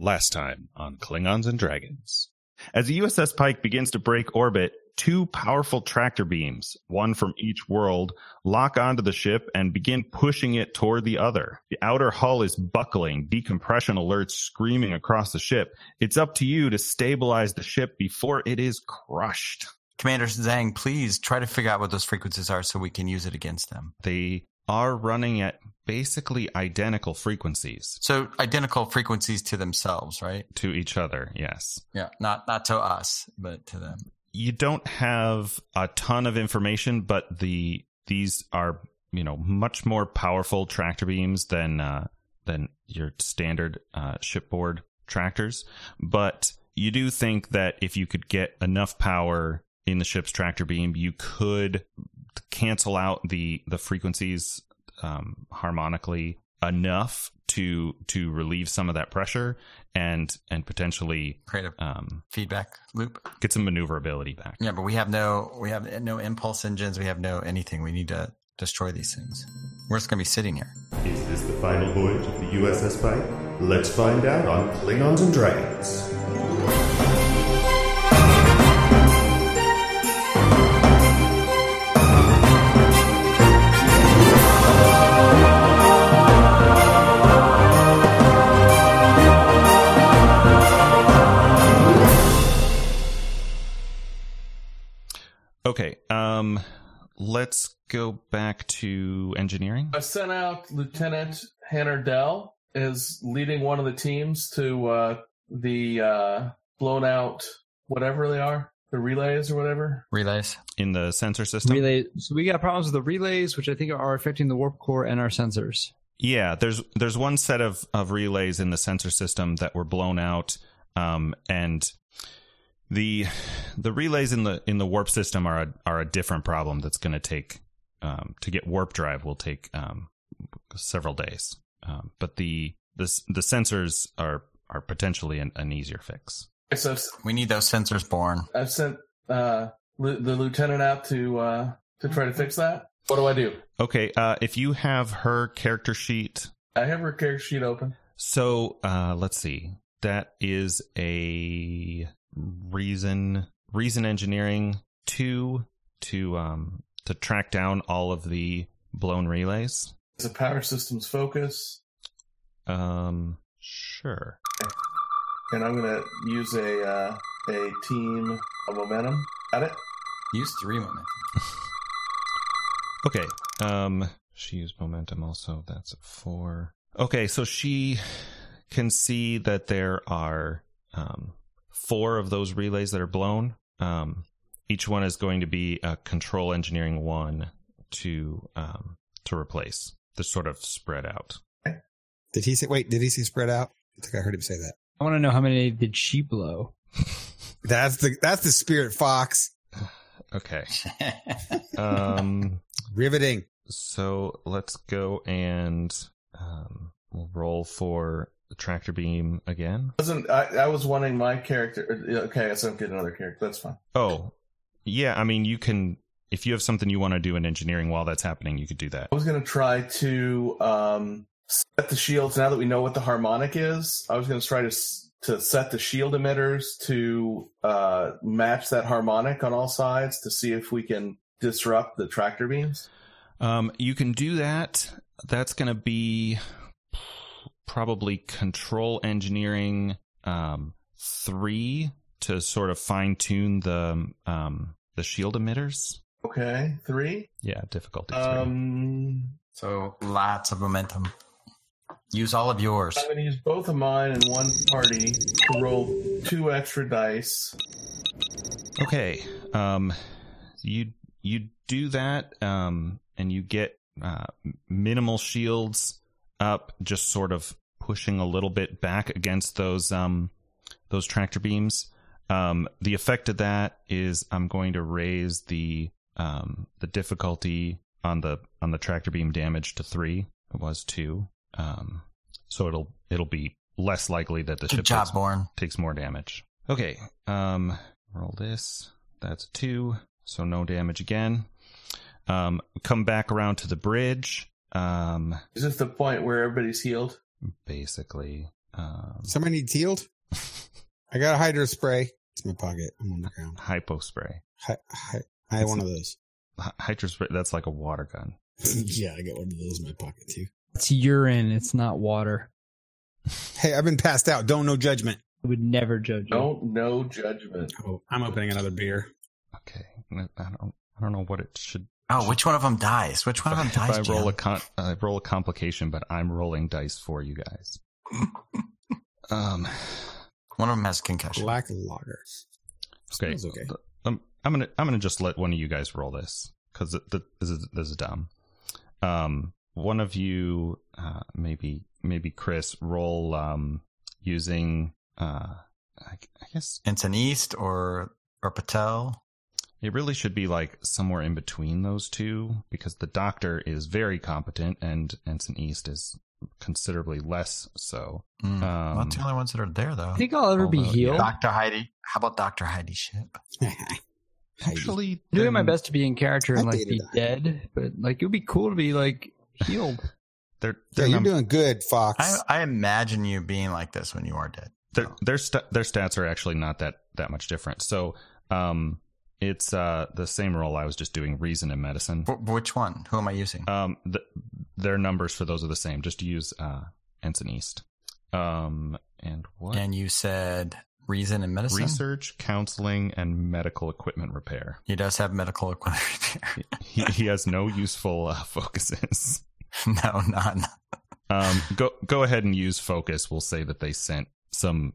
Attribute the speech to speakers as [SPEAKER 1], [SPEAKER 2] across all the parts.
[SPEAKER 1] Last time on Klingons and Dragons.
[SPEAKER 2] As the USS Pike begins to break orbit, two powerful tractor beams, one from each world, lock onto the ship and begin pushing it toward the other. The outer hull is buckling, decompression alerts screaming across the ship. It's up to you to stabilize the ship before it is crushed.
[SPEAKER 3] Commander Zhang, please try to figure out what those frequencies are so we can use it against them.
[SPEAKER 2] They are running at basically identical frequencies
[SPEAKER 3] So identical frequencies to themselves, right?
[SPEAKER 2] to each other, yes.
[SPEAKER 3] Yeah. Not not to us, but to them.
[SPEAKER 2] you don't have a ton of information, but the these are you know much more powerful tractor beams than uh, than your standard uh, shipboard tractors. But you do think that if you could get enough power in the ship's tractor beam, you could cancel out the the frequencies um, harmonically enough to to relieve some of that pressure and and potentially
[SPEAKER 3] Create a
[SPEAKER 2] um,
[SPEAKER 3] feedback loop.
[SPEAKER 2] get some maneuverability back.
[SPEAKER 3] Yeah, but we have no we have no impulse engines, we have no anything. We need to destroy these things. We're just gonna be sitting here.
[SPEAKER 4] Is this the final voyage of the USS Pike? Let's find out on Klingons and Dragons.
[SPEAKER 2] Okay. Um, let's go back to engineering.
[SPEAKER 5] I sent out Lieutenant Hanner Dell as leading one of the teams to uh, the uh, blown out whatever they are, the relays or whatever.
[SPEAKER 3] Relays.
[SPEAKER 2] In the sensor system.
[SPEAKER 6] Relay. So we got problems with the relays, which I think are affecting the warp core and our sensors.
[SPEAKER 2] Yeah, there's there's one set of of relays in the sensor system that were blown out, um, and the the relays in the in the warp system are a, are a different problem that's going to take um, to get warp drive will take um, several days, um, but the this the sensors are are potentially an, an easier fix.
[SPEAKER 5] So I've,
[SPEAKER 3] We need those sensors born.
[SPEAKER 5] I've sent uh, l- the lieutenant out to uh, to try to fix that. What do I do?
[SPEAKER 2] Okay, uh, if you have her character sheet
[SPEAKER 5] I have her character sheet open.
[SPEAKER 2] So uh, let's see. That is a reason reason engineering two to um to track down all of the blown relays.
[SPEAKER 5] It's a power systems focus,
[SPEAKER 2] Um sure.
[SPEAKER 5] and I'm gonna use a uh, a team of momentum. Got it?
[SPEAKER 3] Use three women.
[SPEAKER 2] Okay. Um she used momentum also, that's a four. Okay, so she can see that there are um four of those relays that are blown. Um each one is going to be a control engineering one to um to replace. They're sort of spread out.
[SPEAKER 7] Did he say? Wait, did he say spread out? I think I heard him say that.
[SPEAKER 6] I want to know how many did she blow?
[SPEAKER 7] That's the that's the spirit, Fox.
[SPEAKER 2] Okay. Um
[SPEAKER 7] Riveting.
[SPEAKER 2] so let's go and um we'll roll for the tractor beam again.
[SPEAKER 5] Wasn't I, I was wanting my character? uh, Okay, so I'm getting another character. That's fine.
[SPEAKER 2] Oh, yeah. I mean, you can if you have something you want to do in engineering while that's happening, you could do that.
[SPEAKER 5] I was gonna try to um, set the shields. Now that we know what the harmonic is, I was gonna try to s- to set the shield emitters to uh, match that harmonic on all sides to see if we can disrupt the tractor beams.
[SPEAKER 2] Um, you can do that. That's going to be probably control engineering um, three to sort of fine tune the um, the shield emitters.
[SPEAKER 5] Okay, three.
[SPEAKER 2] Yeah, difficulty three.
[SPEAKER 5] Um,
[SPEAKER 3] So lots of momentum. Use all of yours.
[SPEAKER 5] I'm gonna use both of mine and one party to roll two extra dice.
[SPEAKER 2] Okay. Um, you you do that, um, and you get uh, minimal shields up, just sort of pushing a little bit back against those um those tractor beams. Um, the effect of that is I'm going to raise the um the difficulty on the on the tractor beam damage to three. It was two. Um, so it'll it'll be less likely that the
[SPEAKER 3] Good
[SPEAKER 2] ship
[SPEAKER 3] job,
[SPEAKER 2] takes
[SPEAKER 3] Born.
[SPEAKER 2] takes more damage. Okay, um, roll this. That's a two, so no damage again. Um, come back around to the bridge. Um,
[SPEAKER 5] Is this the point where everybody's healed?
[SPEAKER 2] basically, um,
[SPEAKER 7] Somebody needs healed. I got a hydro spray. It's in my pocket. I'm on the ground.
[SPEAKER 2] hypo spray.
[SPEAKER 7] Hi, hi, I have one of those.
[SPEAKER 2] Hy- Hydro spray. That's like a water gun.
[SPEAKER 7] yeah, I got one of those in my pocket too.
[SPEAKER 6] It's urine. It's not water.
[SPEAKER 7] Hey, I've been passed out. Don't no judgment.
[SPEAKER 6] I would never judge you.
[SPEAKER 5] Don't no judgment.
[SPEAKER 7] Oh, I'm opening another beer.
[SPEAKER 2] Okay, I don't. I don't know what it should.
[SPEAKER 3] Oh, which one of them dies? Which one of them
[SPEAKER 2] If I
[SPEAKER 3] dies?
[SPEAKER 2] roll a
[SPEAKER 3] Jan?
[SPEAKER 2] con- I roll a complication, but I'm rolling dice for you guys. um.
[SPEAKER 3] One of them has concussion.
[SPEAKER 7] Black lager.
[SPEAKER 2] Okay.
[SPEAKER 7] Smells okay.
[SPEAKER 2] Um, I'm gonna I'm gonna just let one of you guys roll this because this is this is dumb. Um, one of you, uh, maybe maybe Chris, roll um using uh, I, I guess
[SPEAKER 3] Anton East or or Patel.
[SPEAKER 2] it really should be like somewhere in between those two because the doctor is very competent and Ensign East is considerably less so.
[SPEAKER 3] Mm.
[SPEAKER 2] Um,
[SPEAKER 3] Not the only ones that are there though.
[SPEAKER 6] I think I'll ever be
[SPEAKER 2] Although,
[SPEAKER 6] healed.
[SPEAKER 2] yeah.
[SPEAKER 3] Doctor Heidi. How about Doctor Heidi Ship?
[SPEAKER 7] Heidi.
[SPEAKER 2] Actually,
[SPEAKER 6] I'm doing my
[SPEAKER 2] then
[SPEAKER 6] best to be in character and
[SPEAKER 7] I
[SPEAKER 6] like
[SPEAKER 7] dated
[SPEAKER 6] be
[SPEAKER 7] that.
[SPEAKER 6] dead, but like it would be cool to be like healed.
[SPEAKER 2] Their
[SPEAKER 7] Yeah,
[SPEAKER 2] their
[SPEAKER 7] you're
[SPEAKER 2] num-
[SPEAKER 7] doing good, Fox.
[SPEAKER 3] I, I imagine you being like this when you are dead.
[SPEAKER 2] their their, st- their stats are actually not that that much different. So, um, it's uh the same role I was just doing reason and medicine.
[SPEAKER 3] Wh- which one? Who am I using?
[SPEAKER 2] Um, th their numbers for those are the same. Just use uh Ensign East. Um, and what
[SPEAKER 3] and you said reason and medicine.
[SPEAKER 2] research, counseling, and medical equipment repair.
[SPEAKER 3] He does have medical equipment there.
[SPEAKER 2] He he has no useful uh, focuses.
[SPEAKER 3] no, none.
[SPEAKER 2] Um, go go ahead and use focus. We'll say that they sent some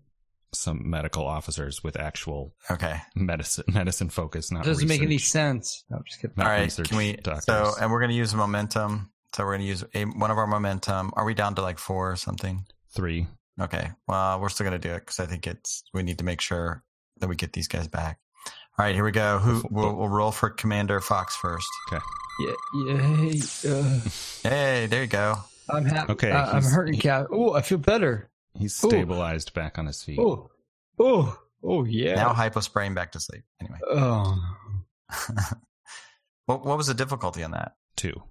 [SPEAKER 2] some medical officers with actual
[SPEAKER 3] Okay.
[SPEAKER 2] medicine medicine focus. Not
[SPEAKER 6] It doesn't make any
[SPEAKER 2] research.
[SPEAKER 6] sense. No, I'm just kidding.
[SPEAKER 2] Not
[SPEAKER 3] All right.
[SPEAKER 2] research
[SPEAKER 3] Can we?
[SPEAKER 2] doctors.
[SPEAKER 3] So, and we're going to use momentum. So we're going to use a, one of our momentum. Are we down to like four or something?
[SPEAKER 2] three.
[SPEAKER 3] Okay. Well, we're still going to do it because I think it's we need to make sure that we get these guys back. All right, here we go. Who
[SPEAKER 2] Befo-
[SPEAKER 3] we'll, we'll roll for Commander Fox first?
[SPEAKER 6] Yeah, yeah. uh,
[SPEAKER 3] Hey, there you go.
[SPEAKER 6] I'm happy.
[SPEAKER 2] Okay,
[SPEAKER 6] uh, I'm
[SPEAKER 2] he's-
[SPEAKER 6] hurting.
[SPEAKER 2] he-
[SPEAKER 6] Cap. Oh, I feel better.
[SPEAKER 2] He's
[SPEAKER 6] Ooh.
[SPEAKER 2] stabilized back on his feet.
[SPEAKER 6] Oh, oh, oh, yeah.
[SPEAKER 3] Now hypospraying back to sleep. Anyway,
[SPEAKER 6] oh.
[SPEAKER 3] what what was the difficulty on that?
[SPEAKER 2] Two.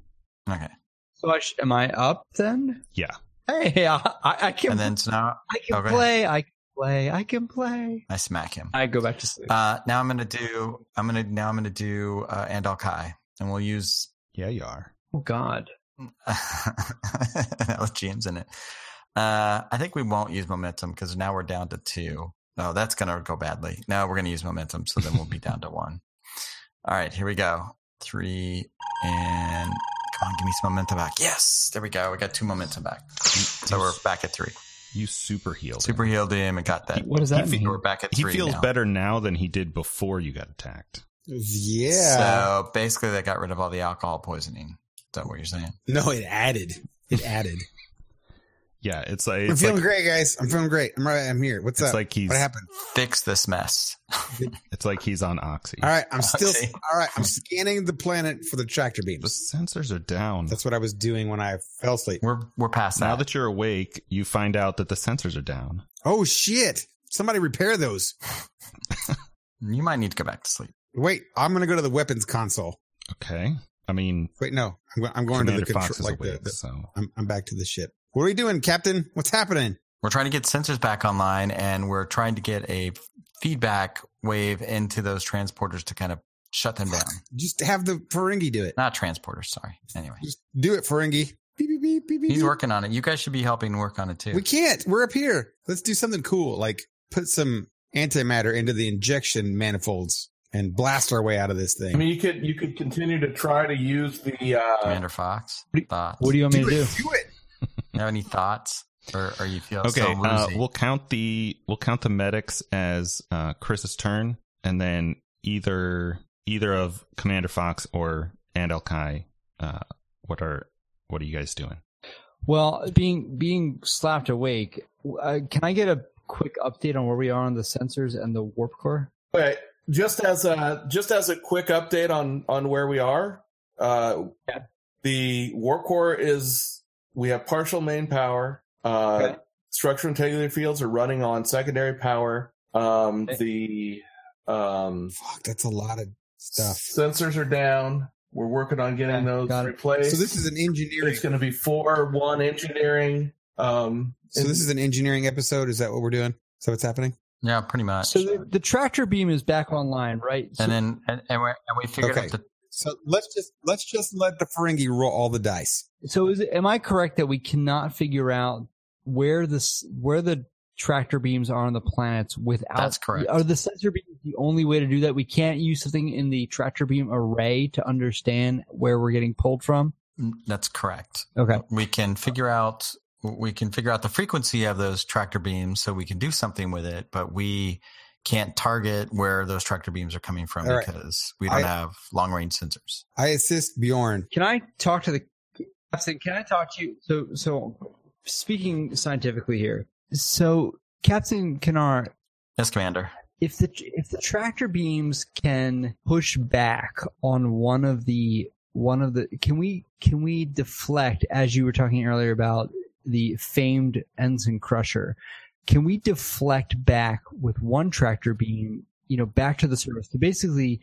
[SPEAKER 3] Okay,
[SPEAKER 6] So I sh- am I up then?
[SPEAKER 2] Yeah.
[SPEAKER 6] Hey, I, I I can.
[SPEAKER 3] and then so now
[SPEAKER 6] I can
[SPEAKER 3] okay.
[SPEAKER 6] play. I can play. I can play.
[SPEAKER 3] I smack him.
[SPEAKER 6] I go back to sleep.
[SPEAKER 3] Uh, now I'm gonna do. I'm gonna now I'm gonna do uh, Andal Kai, and we'll use
[SPEAKER 2] Yeah, you are.
[SPEAKER 6] oh God.
[SPEAKER 3] that was GM's in it. Uh, I think we won't use momentum because now we're down to two. No, that's going to go badly. No, we're going to use momentum. So then we'll be down to one. All right, here we go. Three and come on, give me some momentum back. Yes, there we go. We got two momentum back. So we're back at three.
[SPEAKER 2] You super healed. him.
[SPEAKER 3] Super healed him and got that.
[SPEAKER 6] What does that
[SPEAKER 2] he
[SPEAKER 6] mean?
[SPEAKER 3] We're back at
[SPEAKER 2] He
[SPEAKER 3] three.
[SPEAKER 2] feels
[SPEAKER 3] now.
[SPEAKER 2] better now than he did before you got attacked.
[SPEAKER 7] yeah.
[SPEAKER 3] So basically, they got rid of all the alcohol poisoning. Is that what you're saying?
[SPEAKER 7] No, it added. It added.
[SPEAKER 2] Yeah, it's like
[SPEAKER 7] I'm
[SPEAKER 2] it's
[SPEAKER 7] feeling
[SPEAKER 2] like,
[SPEAKER 7] great, guys. I'm feeling great. I'm right. I'm here. What's
[SPEAKER 2] it's
[SPEAKER 7] up?
[SPEAKER 2] like he's
[SPEAKER 7] what happened?
[SPEAKER 3] Fix this mess.
[SPEAKER 2] it's like he's on oxy.
[SPEAKER 7] All right, I'm still.
[SPEAKER 3] Okay.
[SPEAKER 7] All right, I'm scanning the planet for the tractor
[SPEAKER 2] The
[SPEAKER 7] beams.
[SPEAKER 2] sensors are down.
[SPEAKER 7] That's what I was doing when I fell asleep.
[SPEAKER 3] We're we're past
[SPEAKER 2] now
[SPEAKER 3] that.
[SPEAKER 2] that you're awake, you find out that the sensors are down.
[SPEAKER 7] Oh shit! Somebody repair those.
[SPEAKER 3] you might need to go back to sleep.
[SPEAKER 7] Wait, I'm gonna go to the weapons console.
[SPEAKER 2] Okay. I mean,
[SPEAKER 7] Wait, no, I'm, go- I'm going
[SPEAKER 2] Commander
[SPEAKER 7] to the
[SPEAKER 2] Fox is
[SPEAKER 7] control. Like the,
[SPEAKER 2] awake,
[SPEAKER 7] the-
[SPEAKER 2] so
[SPEAKER 7] I'm, I'm back to the ship. What are we doing, Captain? What's happening?
[SPEAKER 3] we're trying to get sensors back online and we're trying to get a feedback wave into those transporters to kind of shut them down.
[SPEAKER 7] Just have the Ferengi do it.
[SPEAKER 3] Not transporters, sorry. Anyway,
[SPEAKER 7] Just do it, Ferengi. Beep, beep, beep, beep, beep,
[SPEAKER 3] he's
[SPEAKER 7] beep.
[SPEAKER 3] working on it. You guys should be helping work on it too.
[SPEAKER 7] We can't. We're up here. Let's do something cool, like put some antimatter into the injection manifolds and blast our way out of this thing.
[SPEAKER 5] I mean, you could you could continue to try to use the uh,
[SPEAKER 3] Commander Fox,
[SPEAKER 6] What do you-
[SPEAKER 3] thoughts?
[SPEAKER 6] What do you want me
[SPEAKER 7] do
[SPEAKER 6] to do?
[SPEAKER 7] it. Do it.
[SPEAKER 3] you have any thoughts? Or are you feel
[SPEAKER 2] Okay,
[SPEAKER 3] so
[SPEAKER 2] uh,
[SPEAKER 3] woozy?
[SPEAKER 2] we'll count the we'll count the medics as uh, Chris's turn, and then either either of Commander Fox or and Kai. Uh, what are what are you guys doing?
[SPEAKER 6] Well, being being slapped awake, uh, can I get a quick update on where we are on the sensors and the warp core?
[SPEAKER 5] Okay, just as a just as a quick update on on where we are. Uh,
[SPEAKER 6] Yeah.
[SPEAKER 5] The warp core is we have partial main power. Uh,
[SPEAKER 6] Okay.
[SPEAKER 5] Structure integrity fields are running on secondary power. Um, The um,
[SPEAKER 7] Fuck, that's a lot of stuff.
[SPEAKER 5] sensors are down. We're working on getting
[SPEAKER 6] Okay,
[SPEAKER 5] those
[SPEAKER 6] got it.
[SPEAKER 5] replaced.
[SPEAKER 7] So this is an engineering.
[SPEAKER 5] it's going to be four one engineering. Um,
[SPEAKER 7] So
[SPEAKER 5] and-
[SPEAKER 7] this is an engineering episode. Is that what we're doing? Is that what's happening?
[SPEAKER 3] Yeah, pretty much.
[SPEAKER 6] So the, the tractor beam is back online, right? So
[SPEAKER 3] Uh, and then and, and, we're, and we figured
[SPEAKER 7] Okay.
[SPEAKER 3] out the
[SPEAKER 7] So let's just let's just let the Ferengi roll all the dice.
[SPEAKER 6] So is it, am I correct that we cannot figure out where this where the tractor beams are on the planets without
[SPEAKER 3] That's correct.
[SPEAKER 6] Are the sensor beams the only way to do that? We can't use something in the tractor beam array to understand where we're getting pulled from.
[SPEAKER 3] mm, that's correct.
[SPEAKER 6] Okay.
[SPEAKER 3] We can figure out we can figure out the frequency of those tractor beams so we can do something with it, but we can't target where those tractor beams are coming from
[SPEAKER 7] All right.
[SPEAKER 3] because we don't
[SPEAKER 7] I-
[SPEAKER 3] have long range sensors.
[SPEAKER 7] I assist Bjorn.
[SPEAKER 6] Can I talk to the captain? Can I talk to you? So so speaking scientifically here. So Captain Kinar,
[SPEAKER 3] Yes, Commander.
[SPEAKER 6] if the if the tractor beams can push back on one of the one of the can we can we deflect as you were talking earlier about the famed ensign crusher can we deflect back with one tractor beam you know back to the surface to basically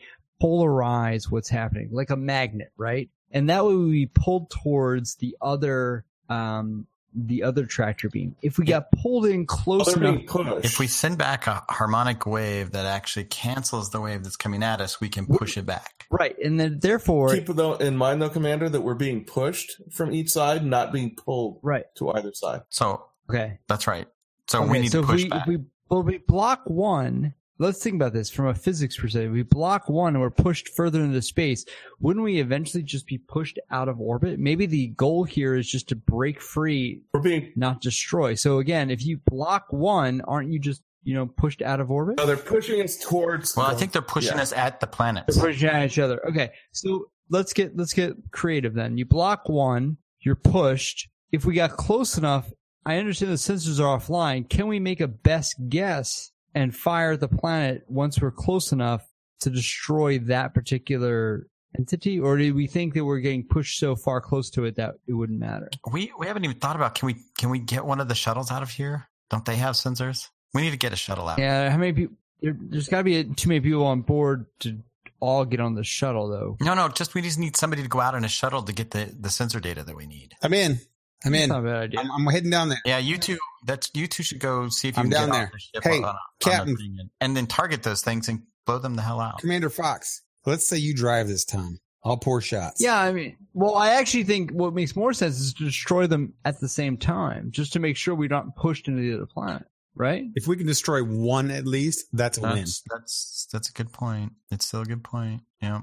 [SPEAKER 6] polarize what's happening like a magnet right and that way we pulled towards the other um the other tractor beam if we got pulled in
[SPEAKER 5] oh,
[SPEAKER 6] close
[SPEAKER 5] they're
[SPEAKER 6] enough
[SPEAKER 5] being pushed.
[SPEAKER 3] If we send back a harmonic wave that actually cancels the wave that's coming at us, we can push it back.
[SPEAKER 6] right and then therefore
[SPEAKER 5] keep though in mind, though, Commander, that we're being pushed from each side, not being pulled
[SPEAKER 6] right
[SPEAKER 5] to either side.
[SPEAKER 3] So
[SPEAKER 6] okay
[SPEAKER 3] that's right. So we
[SPEAKER 6] Okay,
[SPEAKER 3] need to
[SPEAKER 6] so if
[SPEAKER 3] push
[SPEAKER 6] we,
[SPEAKER 3] back.
[SPEAKER 6] If we, well, we block one. Let's think about this from a physics perspective. We block one and we're pushed further into space. Wouldn't we eventually just be pushed out of orbit? Maybe the goal here is just to break free,
[SPEAKER 5] We're being
[SPEAKER 6] not destroy. So again, if you block one, aren't you just you know pushed out of orbit?
[SPEAKER 5] no, they're pushing us towards.
[SPEAKER 3] well, I
[SPEAKER 5] the-
[SPEAKER 3] think they're pushing
[SPEAKER 5] yeah.
[SPEAKER 3] us at the planet.
[SPEAKER 6] They're pushing at each other. Okay, so let's get let's get creative then. You block one, you're pushed. If we got close enough, I understand the sensors are offline. Can we make a best guess and fire the planet once we're close enough to destroy that particular entity, or do we think that we're getting pushed so far close to it that it wouldn't matter?
[SPEAKER 3] We we haven't even thought about can we can we get one of the shuttles out of here? Don't they have sensors? We need to get a shuttle out.
[SPEAKER 6] Yeah, how many people? There, there's got to be too many people on board to all get on the shuttle, though.
[SPEAKER 3] No, no, just we just need somebody to go out in a shuttle to get the, the sensor data that we need.
[SPEAKER 7] I'm in. I'm
[SPEAKER 6] That's
[SPEAKER 7] in.
[SPEAKER 6] not a bad idea.
[SPEAKER 7] I'm, I'm heading down there.
[SPEAKER 3] Yeah, you two that's you two should go see if you
[SPEAKER 7] I'm
[SPEAKER 3] can
[SPEAKER 7] down
[SPEAKER 3] get
[SPEAKER 7] there.
[SPEAKER 3] off the ship
[SPEAKER 7] Hey,
[SPEAKER 3] on a- on a
[SPEAKER 7] Captain.
[SPEAKER 3] thing and- and then target those things and blow them the hell out.
[SPEAKER 7] Commander Fox. Let's say you drive this time. I'll pour shots.
[SPEAKER 6] Yeah, I mean, well, I actually think what makes more sense is to destroy them at the same time, just to make sure we're not pushed into the other planet, right?
[SPEAKER 7] If we can destroy one at least, that's a win.
[SPEAKER 3] That's that's that's a good point. It's still a good point. Yeah.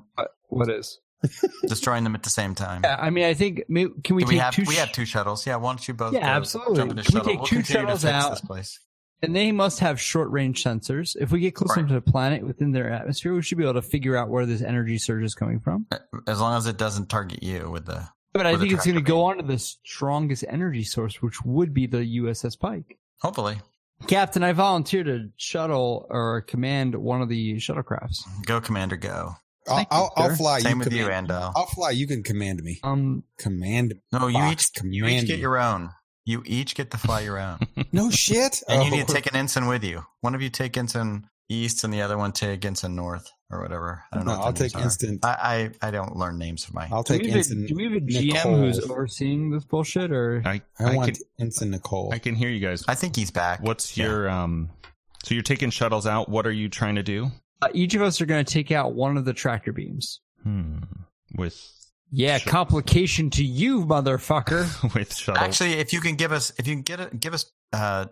[SPEAKER 6] What is?
[SPEAKER 3] Destroying them at the same time.
[SPEAKER 6] Yeah, I mean, I think may- can we
[SPEAKER 3] Do
[SPEAKER 6] take
[SPEAKER 3] we have
[SPEAKER 6] two?
[SPEAKER 3] we
[SPEAKER 6] sh-
[SPEAKER 3] have two shuttles. Yeah, why don't you both
[SPEAKER 6] Yeah,
[SPEAKER 3] go
[SPEAKER 6] absolutely.
[SPEAKER 3] jump in a
[SPEAKER 6] Can we
[SPEAKER 3] shuttle?
[SPEAKER 6] take
[SPEAKER 3] We'll
[SPEAKER 6] two
[SPEAKER 3] continue to
[SPEAKER 6] shuttles
[SPEAKER 3] fix
[SPEAKER 6] out?
[SPEAKER 3] This place.
[SPEAKER 6] and they must have short-range sensors. If we get close
[SPEAKER 3] Right.
[SPEAKER 6] enough to the planet within their atmosphere, we should be able to figure out where this energy surge is coming from.
[SPEAKER 3] As long as it doesn't target you with the
[SPEAKER 6] But I
[SPEAKER 3] With a
[SPEAKER 6] think it's going to
[SPEAKER 3] tractor
[SPEAKER 6] go on to the strongest energy source, which would be the USS Pike.
[SPEAKER 3] hopefully.
[SPEAKER 6] Captain, I volunteer to shuttle or command one of the shuttlecrafts.
[SPEAKER 3] Go, Commander, go.
[SPEAKER 7] I'll,
[SPEAKER 6] Thank you,
[SPEAKER 7] I'll, I'll
[SPEAKER 6] sir.
[SPEAKER 7] fly.
[SPEAKER 3] Same with you,
[SPEAKER 7] command-
[SPEAKER 3] Andal.
[SPEAKER 7] I'll fly. You can command me.
[SPEAKER 6] Um,
[SPEAKER 7] Command.
[SPEAKER 3] No, Oh, you
[SPEAKER 7] Fox,
[SPEAKER 3] each, you each
[SPEAKER 7] command
[SPEAKER 3] get
[SPEAKER 7] me.
[SPEAKER 3] your own. You each get to fly your own.
[SPEAKER 7] No shit.
[SPEAKER 3] and you
[SPEAKER 7] Oh.
[SPEAKER 3] need to take an ensign with you. One of you take ensign east and the other one take ensign north or whatever. I don't
[SPEAKER 7] No,
[SPEAKER 3] know. what
[SPEAKER 7] I'll
[SPEAKER 3] the names
[SPEAKER 7] take
[SPEAKER 3] are.
[SPEAKER 7] instant.
[SPEAKER 3] I, I, I don't learn names for my.
[SPEAKER 7] I'll
[SPEAKER 6] do
[SPEAKER 7] take
[SPEAKER 6] we, have a,
[SPEAKER 7] instant.
[SPEAKER 6] do we have a GM
[SPEAKER 7] Nicole.
[SPEAKER 6] who's overseeing this bullshit, or
[SPEAKER 2] I, I,
[SPEAKER 7] I want
[SPEAKER 2] can,
[SPEAKER 7] instant Nicole.
[SPEAKER 2] I can hear you guys.
[SPEAKER 3] I think he's back.
[SPEAKER 2] What's
[SPEAKER 3] Yeah.
[SPEAKER 2] your um? So you're taking shuttles out. What are you trying to do?
[SPEAKER 6] Uh, each of us are going to take out one of the tractor beams.
[SPEAKER 2] Hmm. With
[SPEAKER 6] Yeah,
[SPEAKER 2] Sure.
[SPEAKER 6] complication to you, motherfucker.
[SPEAKER 2] with shuttles.
[SPEAKER 3] Actually, if you can give us, if you can get it, give us uh,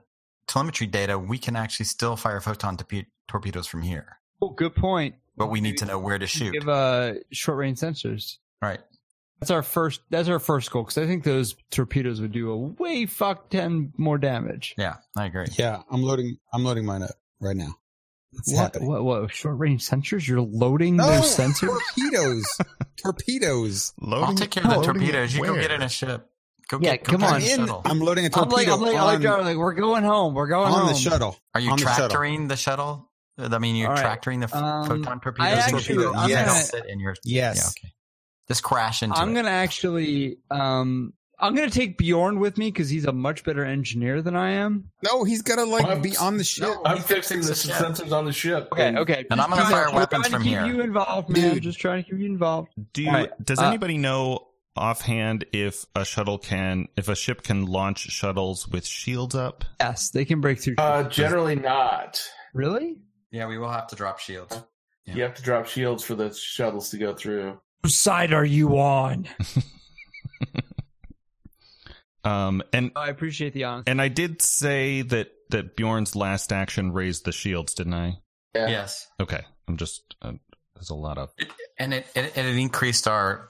[SPEAKER 3] telemetry data, we can actually still fire photon torpe- torpedoes from here.
[SPEAKER 6] oh, good point.
[SPEAKER 3] But we need to know where to shoot.
[SPEAKER 6] Give uh, short range sensors.
[SPEAKER 3] Right.
[SPEAKER 6] That's our first. That's our first goal because I think those torpedoes would do a way fuck ten more damage.
[SPEAKER 3] Yeah, I agree.
[SPEAKER 7] Yeah, I'm loading. I'm loading mine up right now. It's
[SPEAKER 6] What,
[SPEAKER 7] happening.
[SPEAKER 6] what? What? Short range sensors? You're loading
[SPEAKER 7] No,
[SPEAKER 6] those sensors?
[SPEAKER 7] torpedoes, torpedoes.
[SPEAKER 2] Loading
[SPEAKER 3] I'll take care of
[SPEAKER 2] it-
[SPEAKER 3] the
[SPEAKER 2] loading
[SPEAKER 3] torpedoes.
[SPEAKER 2] it
[SPEAKER 3] You go
[SPEAKER 2] where?
[SPEAKER 3] get in a ship. Go
[SPEAKER 6] Yeah,
[SPEAKER 3] get, go
[SPEAKER 6] come
[SPEAKER 3] get
[SPEAKER 6] on.
[SPEAKER 7] I'm
[SPEAKER 3] In a
[SPEAKER 7] in.
[SPEAKER 3] shuttle.
[SPEAKER 7] I'm loading a
[SPEAKER 6] I'm like,
[SPEAKER 7] torpedo
[SPEAKER 6] I'm like, I'm like,
[SPEAKER 7] on,
[SPEAKER 6] John, like, we're going home. We're going
[SPEAKER 7] on
[SPEAKER 6] home.
[SPEAKER 7] the shuttle.
[SPEAKER 3] Are you
[SPEAKER 7] on the shuttle.
[SPEAKER 3] tractoring the shuttle? Uh, I mean, you're
[SPEAKER 6] All right.
[SPEAKER 3] tractoring the f-
[SPEAKER 6] Um,
[SPEAKER 3] photon torpedoes.
[SPEAKER 6] I
[SPEAKER 3] and
[SPEAKER 6] actually-
[SPEAKER 3] torpedoes
[SPEAKER 7] I'm
[SPEAKER 3] that
[SPEAKER 7] gonna-
[SPEAKER 3] don't sit in your. Yeah,
[SPEAKER 7] Yes.
[SPEAKER 3] okay. Just crash into
[SPEAKER 6] I'm
[SPEAKER 3] it.
[SPEAKER 6] gonna actually um I'm gonna take Bjorn with me because he's a much better engineer than I am.
[SPEAKER 7] No, he's got to like
[SPEAKER 5] I'm-
[SPEAKER 7] be on the ship.
[SPEAKER 3] No.
[SPEAKER 5] I'm
[SPEAKER 3] He's
[SPEAKER 5] fixing the
[SPEAKER 3] fixing the ship.
[SPEAKER 5] sensors on the ship. and
[SPEAKER 6] okay.
[SPEAKER 3] And I'm gonna
[SPEAKER 6] Just
[SPEAKER 3] fire
[SPEAKER 6] trying-
[SPEAKER 3] weapons
[SPEAKER 6] trying to
[SPEAKER 3] from
[SPEAKER 6] keep
[SPEAKER 3] here.
[SPEAKER 6] You involved, man.
[SPEAKER 7] Dude.
[SPEAKER 6] Just trying to keep you involved.
[SPEAKER 2] Do you,
[SPEAKER 6] Alright,
[SPEAKER 2] does
[SPEAKER 6] uh,
[SPEAKER 2] anybody know offhand if a shuttle can if a ship can launch shuttles with shields up?
[SPEAKER 6] Yes, they can break through.
[SPEAKER 5] Uh, generally not.
[SPEAKER 6] really?
[SPEAKER 3] Yeah, we will have to drop shields.
[SPEAKER 5] You have to drop shields for the shuttles to go through.
[SPEAKER 6] Whose side are you on?
[SPEAKER 2] Um, and
[SPEAKER 6] Oh, I appreciate the honesty.
[SPEAKER 2] and I did say that that Bjorn's last action raised the shields, didn't I?
[SPEAKER 5] Yeah.
[SPEAKER 3] Yes,
[SPEAKER 2] Okay, I'm just uh, there's a lot of
[SPEAKER 3] and it, it it increased our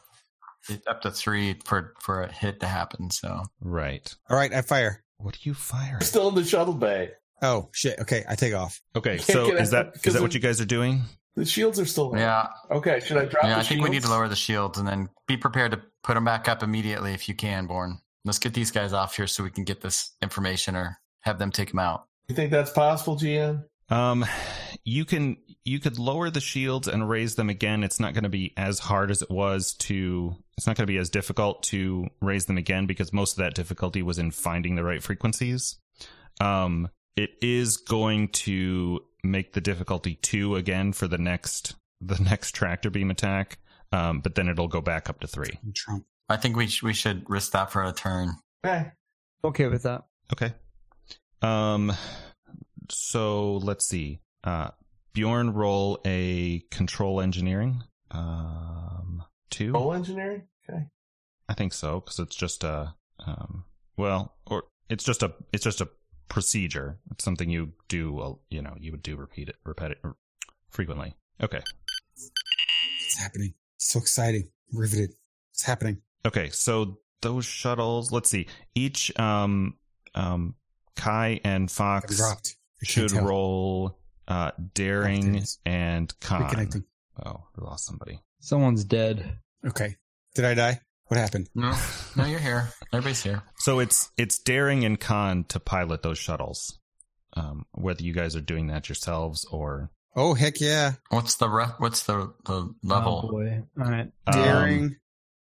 [SPEAKER 3] it up to three for for a hit to happen. So
[SPEAKER 2] right.
[SPEAKER 7] All right, I fire.
[SPEAKER 2] What are you firing?
[SPEAKER 5] Still in the shuttle bay.
[SPEAKER 7] Oh shit. Okay, I take off.
[SPEAKER 2] Okay,
[SPEAKER 5] Can't
[SPEAKER 2] so
[SPEAKER 5] get
[SPEAKER 2] is that
[SPEAKER 5] out
[SPEAKER 2] is
[SPEAKER 5] because
[SPEAKER 2] that
[SPEAKER 5] of-
[SPEAKER 2] what you guys are doing?
[SPEAKER 5] The shields are still. there.
[SPEAKER 3] yeah,
[SPEAKER 5] Okay. Should I drop?
[SPEAKER 3] yeah.
[SPEAKER 5] the
[SPEAKER 3] I think we need
[SPEAKER 5] shields?
[SPEAKER 3] to lower the shields and then be prepared to put them back up immediately if you can, Born. Let's get these guys off here so we can get this information or have them take them out.
[SPEAKER 5] You think that's possible, GM?
[SPEAKER 2] Um, you can you could lower the shields and raise them again. It's not going to be as hard as it was to. It's not going to be as difficult to raise them again because most of that difficulty was in finding the right frequencies. Um, it is going to make the difficulty two again for the next the next tractor beam attack. Um, but then it'll go back up to three.
[SPEAKER 7] Trump.
[SPEAKER 3] I think we sh- we should risk that for a turn.
[SPEAKER 5] Okay.
[SPEAKER 6] okay with that.
[SPEAKER 2] Okay. Um so let's see. Uh Bjorn roll a control engineering. Um two.
[SPEAKER 5] Roll engineering. Okay.
[SPEAKER 2] I think so cuz it's just a um well or it's just a it's just a procedure. It's something you do uh, you know, you would do repeat it repeat it er, frequently. Okay.
[SPEAKER 7] It's happening. So exciting. Riveted. It's happening.
[SPEAKER 2] Okay, so those shuttles, let's see. Each um um Kai and
[SPEAKER 7] I'm
[SPEAKER 2] Fox
[SPEAKER 7] dropped. I can't
[SPEAKER 2] should
[SPEAKER 7] tell.
[SPEAKER 2] roll uh daring
[SPEAKER 7] Activities.
[SPEAKER 2] and con.
[SPEAKER 7] Reconnecting.
[SPEAKER 2] Oh, we lost somebody.
[SPEAKER 6] Someone's dead.
[SPEAKER 7] Okay. Did I die? What happened?
[SPEAKER 3] No, no, you're here. Everybody's here.
[SPEAKER 2] So it's it's daring and con to pilot those shuttles. Um, whether you guys are doing that yourselves or
[SPEAKER 7] Oh heck yeah.
[SPEAKER 3] What's the re- what's the the
[SPEAKER 6] Oh,
[SPEAKER 3] level?
[SPEAKER 6] boy. All right.
[SPEAKER 2] um,
[SPEAKER 7] Daring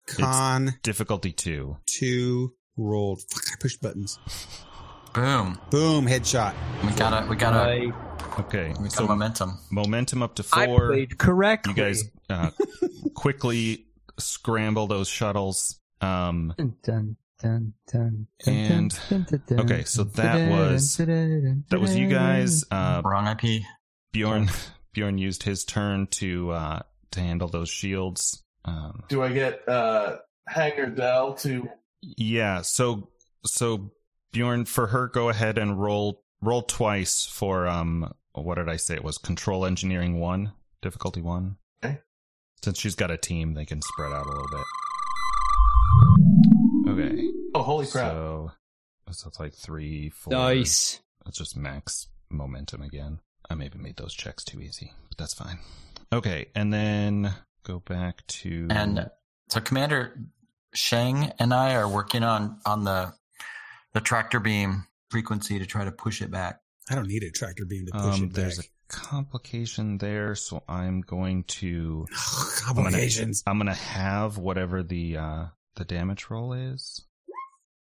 [SPEAKER 7] con
[SPEAKER 2] difficulty two.
[SPEAKER 7] two rolled. Fuck, I pushed buttons.
[SPEAKER 3] Boom!
[SPEAKER 7] Boom, headshot.
[SPEAKER 3] We gotta we gotta
[SPEAKER 6] I,
[SPEAKER 2] Okay,
[SPEAKER 3] we got
[SPEAKER 2] so
[SPEAKER 3] momentum.
[SPEAKER 2] momentum up to
[SPEAKER 6] I
[SPEAKER 2] four.
[SPEAKER 6] played correctly.
[SPEAKER 2] You guys uh, quickly scramble those shuttles. Um,
[SPEAKER 6] Dun, dun, dun, dun, dun,
[SPEAKER 2] And-
[SPEAKER 6] dun, dun, dun,
[SPEAKER 2] okay, so that was- that was you guys. Uh,
[SPEAKER 3] Wrong IP.
[SPEAKER 2] Bjorn Bjorn used his turn to uh, to handle those shields. Um,
[SPEAKER 5] Do I get uh, Hanger Dell to?
[SPEAKER 2] Yeah. So so Bjorn, for her, go ahead and roll roll twice for um what did I say it was control engineering one difficulty one.
[SPEAKER 5] Okay.
[SPEAKER 2] Since she's got a team, they can spread out a little bit. Okay.
[SPEAKER 5] Oh, holy crap!
[SPEAKER 2] So so it's like three, four.
[SPEAKER 6] Nice.
[SPEAKER 2] That's just max momentum again. I maybe made those checks too easy, but that's fine. Okay, and then go back to
[SPEAKER 3] And so Commander Shang and I are working on on the the tractor beam frequency to try to push it back.
[SPEAKER 7] I don't need a tractor beam to push
[SPEAKER 2] um,
[SPEAKER 7] it back.
[SPEAKER 2] there's a complication there, so I'm going to
[SPEAKER 7] Complications.
[SPEAKER 2] I'm gonna have whatever the uh, the damage roll is,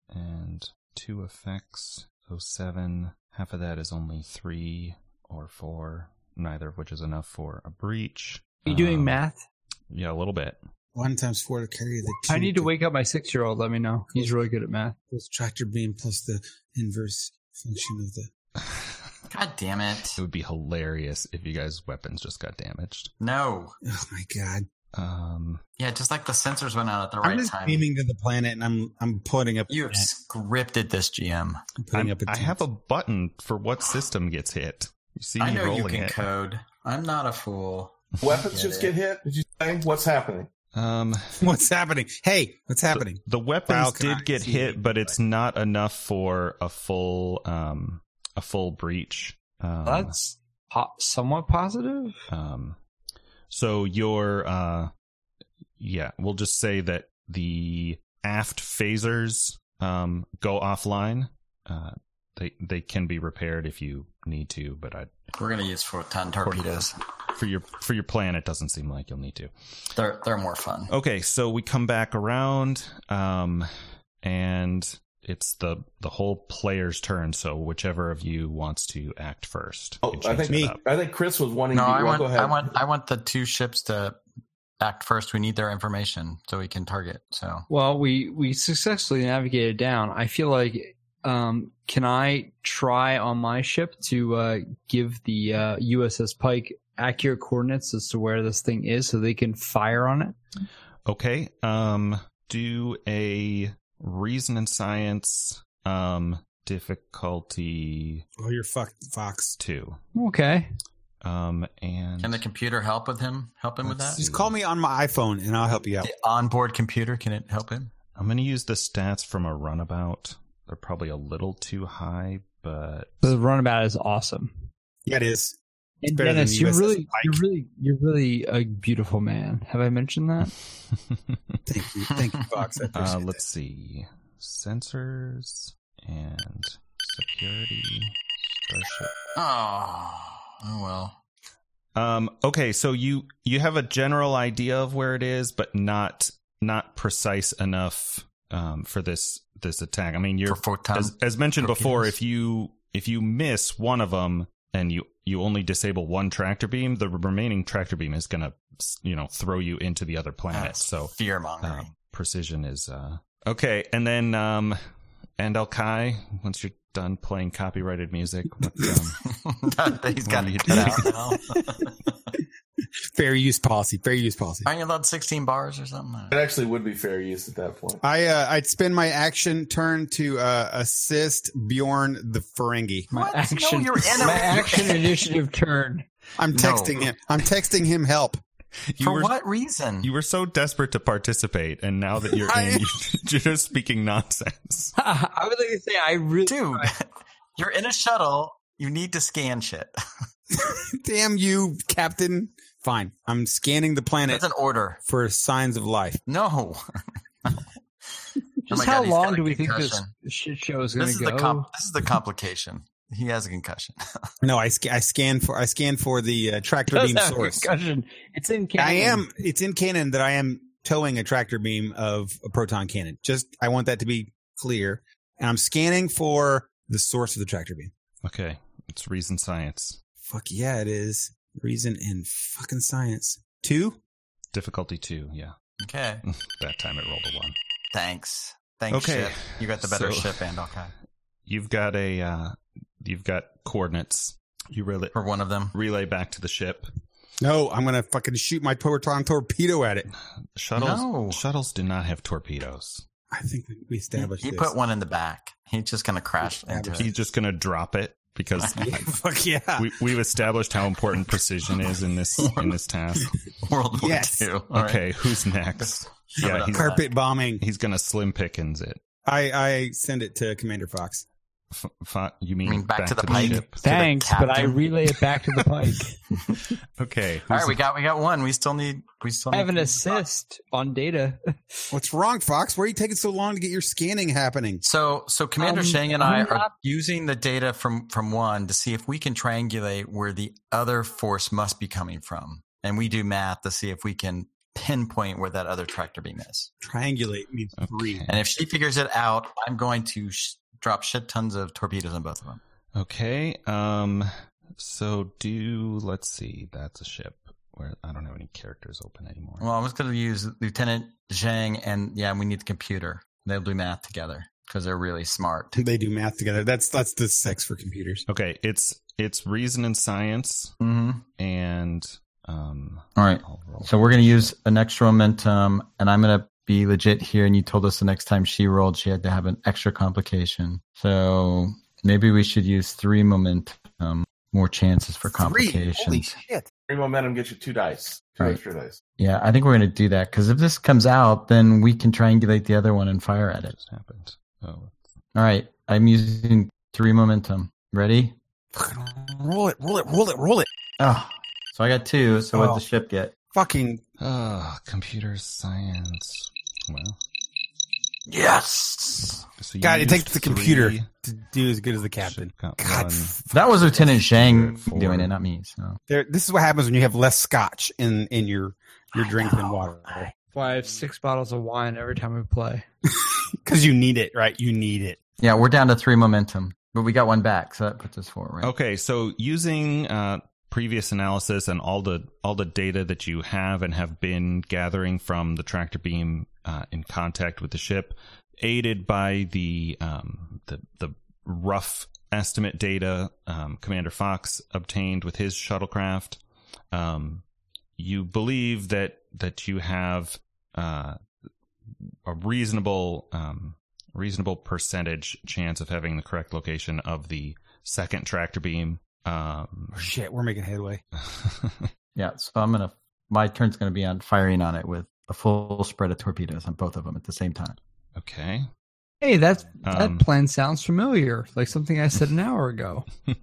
[SPEAKER 2] and two effects. So seven. Half of that is only three or four, neither of which is enough for a breach.
[SPEAKER 6] Are you doing
[SPEAKER 2] Um,
[SPEAKER 6] math?
[SPEAKER 2] Yeah, a little bit.
[SPEAKER 7] One times four to carry the two.
[SPEAKER 6] I need to wake up my six year old. Let me know. He's really good at math.
[SPEAKER 7] equals tractor beam plus the inverse function of the
[SPEAKER 2] it
[SPEAKER 3] God damn it!
[SPEAKER 2] would be hilarious if you guys' weapons just got damaged.
[SPEAKER 3] No.
[SPEAKER 7] Oh my god.
[SPEAKER 2] Um,
[SPEAKER 3] Yeah, just like the sensors went out at the right
[SPEAKER 7] I'm just
[SPEAKER 3] time.
[SPEAKER 7] beaming to the planet and I'm I'm putting up
[SPEAKER 3] You have scripted this, GM.
[SPEAKER 7] I'm putting
[SPEAKER 2] I'm-
[SPEAKER 7] up a
[SPEAKER 2] I have a button for what system gets hit. You see
[SPEAKER 3] I
[SPEAKER 2] me
[SPEAKER 3] know
[SPEAKER 2] rolling
[SPEAKER 3] you can
[SPEAKER 2] it.
[SPEAKER 3] code. I'm not a fool.
[SPEAKER 5] Weapons
[SPEAKER 3] Get
[SPEAKER 5] just
[SPEAKER 3] it.
[SPEAKER 5] get hit. Did you say what's happening?
[SPEAKER 2] um,
[SPEAKER 7] What's happening? Hey, what's happening?
[SPEAKER 2] The weapons
[SPEAKER 7] Wow, can I
[SPEAKER 2] did get
[SPEAKER 7] see
[SPEAKER 2] hit,
[SPEAKER 7] it?
[SPEAKER 2] but it's not enough for a full um a full breach. Um,
[SPEAKER 6] That's po- somewhat positive.
[SPEAKER 2] um so your uh yeah, we'll just say that the aft phasers um go offline. Uh they they can be repaired if you need to, but I
[SPEAKER 3] We're gonna use photon torpedoes.
[SPEAKER 2] for your for your plan it doesn't seem like you'll need to.
[SPEAKER 3] They're they're more fun.
[SPEAKER 2] Okay, so we come back around, um, and it's the the whole player's turn. So whichever of you wants to act first.
[SPEAKER 5] Oh,
[SPEAKER 2] can
[SPEAKER 5] I
[SPEAKER 2] change
[SPEAKER 5] think
[SPEAKER 2] it
[SPEAKER 7] me.
[SPEAKER 2] up.
[SPEAKER 5] I think Chris was wanting
[SPEAKER 3] No,
[SPEAKER 5] to.
[SPEAKER 3] I
[SPEAKER 5] well,
[SPEAKER 3] want
[SPEAKER 5] go ahead.
[SPEAKER 3] I want I want the two ships to act first. We need their information so we can target. So
[SPEAKER 6] Well, we we successfully navigated down. I feel like um, can I try on my ship to uh, give the uh, USS Pike accurate coordinates as to where this thing is, so they can fire on it?
[SPEAKER 2] Okay. Um do a reason and science um difficulty
[SPEAKER 7] Oh, you're fucked, Fox.
[SPEAKER 2] two.
[SPEAKER 6] Okay.
[SPEAKER 2] Um and
[SPEAKER 3] can the computer help with him? Help him with that?
[SPEAKER 2] Let's
[SPEAKER 7] Just call me on my iPhone and I'll help you out.
[SPEAKER 3] The onboard computer can it help him?
[SPEAKER 2] I'm gonna use the stats from a runabout. They're probably a little too high, but
[SPEAKER 6] The runabout is awesome.
[SPEAKER 7] Yeah, it is.
[SPEAKER 6] And
[SPEAKER 7] better than
[SPEAKER 6] Dennis, you're
[SPEAKER 7] USS
[SPEAKER 6] really,
[SPEAKER 7] Pike.
[SPEAKER 6] you're really, you're really a beautiful man. Have I mentioned that?
[SPEAKER 7] Thank you. Thank you, Fox. I appreciate
[SPEAKER 2] uh,
[SPEAKER 7] that.
[SPEAKER 2] let's see. Sensors and security starship.
[SPEAKER 3] Oh, oh well.
[SPEAKER 2] Um, okay, so you you have a general idea of where it is, but not not precise enough um, for this this attack. I mean, you're
[SPEAKER 3] For photon.
[SPEAKER 2] as, as mentioned before.
[SPEAKER 3] torpedoes.
[SPEAKER 2] If you if you miss one of them and you you only disable one tractor beam, the remaining tractor beam is gonna you know throw you into the other planet. so
[SPEAKER 3] fear mongering.
[SPEAKER 2] uh, precision is uh okay. And then um, and El Kai, once you're done playing copyrighted music, what, um,
[SPEAKER 3] He's got
[SPEAKER 2] What do you
[SPEAKER 3] to
[SPEAKER 2] do?
[SPEAKER 3] get out now.
[SPEAKER 7] Fair use policy. Fair use policy.
[SPEAKER 3] Aren't you allowed 16 bars or something?
[SPEAKER 5] It actually would be fair use at that point.
[SPEAKER 7] I uh, I'd spend my action turn to uh, assist Bjorn the Ferengi.
[SPEAKER 6] My
[SPEAKER 3] What?
[SPEAKER 6] action,
[SPEAKER 3] No, you're in a-
[SPEAKER 6] my action initiative turn.
[SPEAKER 7] I'm
[SPEAKER 3] No.
[SPEAKER 7] texting him. I'm texting him help.
[SPEAKER 2] you
[SPEAKER 3] For
[SPEAKER 2] were-
[SPEAKER 3] what reason?
[SPEAKER 2] You were so desperate to participate, and now that you're in,
[SPEAKER 7] Right.
[SPEAKER 2] you- you're just speaking nonsense.
[SPEAKER 6] I would like to say I really
[SPEAKER 3] Dude, you're in a shuttle. You need to scan shit.
[SPEAKER 7] Damn you, Captain. Fine. I'm scanning the planet
[SPEAKER 3] That's an order.
[SPEAKER 7] for signs of life.
[SPEAKER 3] No. my
[SPEAKER 6] Just how
[SPEAKER 3] God, he's got
[SPEAKER 6] long
[SPEAKER 3] a
[SPEAKER 6] do we think this
[SPEAKER 3] concussion.
[SPEAKER 6] shit show is going
[SPEAKER 3] This
[SPEAKER 6] to
[SPEAKER 3] is,
[SPEAKER 6] go?
[SPEAKER 3] the com- this is the complication. He has a concussion.
[SPEAKER 7] No, I, sc- I scan for I scan for the uh, tractor
[SPEAKER 6] Does
[SPEAKER 7] beam
[SPEAKER 6] have
[SPEAKER 7] source.
[SPEAKER 6] concussion. It's in canon.
[SPEAKER 7] I am. It's in canon that I am towing a tractor beam of a proton cannon. Just I want that to be clear. And I'm scanning for the source of the tractor beam.
[SPEAKER 2] Okay, it's reason science.
[SPEAKER 7] Fuck yeah, it is reason and fucking science. Two.
[SPEAKER 2] Difficulty two, yeah.
[SPEAKER 3] Okay.
[SPEAKER 2] That time it rolled a one.
[SPEAKER 3] Thanks. Thanks,
[SPEAKER 2] Okay.
[SPEAKER 3] ship. You got the better
[SPEAKER 2] So-
[SPEAKER 3] ship, and okay.
[SPEAKER 2] You've got a, uh, you've got coordinates. You relay
[SPEAKER 3] For one of them.
[SPEAKER 2] relay back to the ship.
[SPEAKER 7] No, I'm gonna fucking shoot my proton torpedo at it.
[SPEAKER 2] Shuttles
[SPEAKER 3] No.
[SPEAKER 2] shuttles do not have torpedoes.
[SPEAKER 7] I think we- we
[SPEAKER 3] He,
[SPEAKER 7] established.
[SPEAKER 3] he
[SPEAKER 7] this.
[SPEAKER 3] put one in the back. He's just going to crash into
[SPEAKER 2] He's
[SPEAKER 3] it.
[SPEAKER 2] just gonna drop it because
[SPEAKER 7] Fuck yeah.
[SPEAKER 2] we, we've established how important precision is in this in this task.
[SPEAKER 3] World War
[SPEAKER 7] Yes.
[SPEAKER 3] II. All right.
[SPEAKER 2] Okay, who's next?
[SPEAKER 3] Shove
[SPEAKER 2] Yeah,
[SPEAKER 3] it
[SPEAKER 2] he's-
[SPEAKER 3] up the back.
[SPEAKER 7] Carpet bombing.
[SPEAKER 2] He's gonna slim pickins it.
[SPEAKER 7] I I send it to Commander Fox.
[SPEAKER 2] F- f- you mean,
[SPEAKER 3] I mean, back, to the pike.
[SPEAKER 2] ship?
[SPEAKER 3] To the
[SPEAKER 6] Thanks, but I
[SPEAKER 3] captain.
[SPEAKER 6] relay it back to the pike.
[SPEAKER 2] Okay,
[SPEAKER 3] All
[SPEAKER 2] who's
[SPEAKER 3] right, we got we got one. We still need we still
[SPEAKER 6] I
[SPEAKER 3] need
[SPEAKER 6] have an assist on data.
[SPEAKER 7] What's wrong, Fox? Why are you taking so long to get your scanning happening?
[SPEAKER 3] So so Commander
[SPEAKER 6] I'm-
[SPEAKER 3] Shang and I
[SPEAKER 6] Um, I'm
[SPEAKER 3] are
[SPEAKER 6] not-
[SPEAKER 3] using the data from from one to see if we can triangulate where the other force must be coming from, and we do math to see if we can pinpoint where that other tractor beam is.
[SPEAKER 7] Triangulate means three.
[SPEAKER 2] Okay.
[SPEAKER 3] And if she figures it out, I'm going to sh- drop shit tons of torpedoes on both of them.
[SPEAKER 2] Okay. Um. So do let's see. That's a ship. Where I don't have any characters open anymore.
[SPEAKER 3] Well, I was going to use Lieutenant Zhang, and yeah, we need the computer. They'll do math together because they're really smart.
[SPEAKER 7] They do math together. That's that's the sex for computers.
[SPEAKER 2] okay. It's it's reason and science,
[SPEAKER 3] Mm-hmm.
[SPEAKER 2] and um.
[SPEAKER 3] All right.
[SPEAKER 2] I'll roll.
[SPEAKER 3] So we're going to use an extra momentum, and I'm going to be legit here. And you told us the next time she rolled, she had to have an extra complication. So maybe we should use three momentum, more chances for complications.
[SPEAKER 7] shit!
[SPEAKER 5] Three momentum gets you two dice, two
[SPEAKER 3] Right.
[SPEAKER 5] extra dice.
[SPEAKER 3] Yeah, I think we're going to do that because if this comes out, then we can triangulate the other one and fire at
[SPEAKER 2] What
[SPEAKER 3] it.
[SPEAKER 2] just happened? Oh,
[SPEAKER 3] All right, I'm using three momentum. Ready?
[SPEAKER 7] Fucking roll it, roll it, roll it, roll it.
[SPEAKER 6] Ah.
[SPEAKER 3] Oh, so I got two. So what
[SPEAKER 7] Oh.
[SPEAKER 3] did the ship get?
[SPEAKER 7] Fucking
[SPEAKER 2] ah, computer science. Well,
[SPEAKER 3] Yes.
[SPEAKER 2] so you
[SPEAKER 7] God, it
[SPEAKER 2] used
[SPEAKER 7] takes the computer.
[SPEAKER 2] three.
[SPEAKER 7] to do as good as the captain.
[SPEAKER 2] Ship got
[SPEAKER 7] God,
[SPEAKER 2] one.
[SPEAKER 3] That was Lieutenant Shang
[SPEAKER 2] Four.
[SPEAKER 3] doing it, not me. So
[SPEAKER 7] there, this is what happens when you have less scotch in in your your drink than water
[SPEAKER 6] Why I have six bottles of wine every time we play.
[SPEAKER 7] because you need it, right? You need it.
[SPEAKER 3] yeah, we're down to three momentum, but we got one back, so that puts us forward.
[SPEAKER 2] Okay, so using uh, previous analysis and all the all the data that you have and have been gathering from the tractor beam uh, in contact with the ship, aided by the um, the the rough estimate data um, Commander Fox obtained with his shuttlecraft, um, you believe that that you have uh, a reasonable um, reasonable percentage chance of having the correct location of the second tractor beam. Um,
[SPEAKER 7] Shit, we're making headway.
[SPEAKER 3] Yeah, so I'm gonna. My turn's gonna be on firing on it with a full spread of torpedoes on both of them at the same time.
[SPEAKER 2] okay.
[SPEAKER 6] Hey, that's,
[SPEAKER 2] Um,
[SPEAKER 6] that plan sounds familiar, like something I said an hour ago.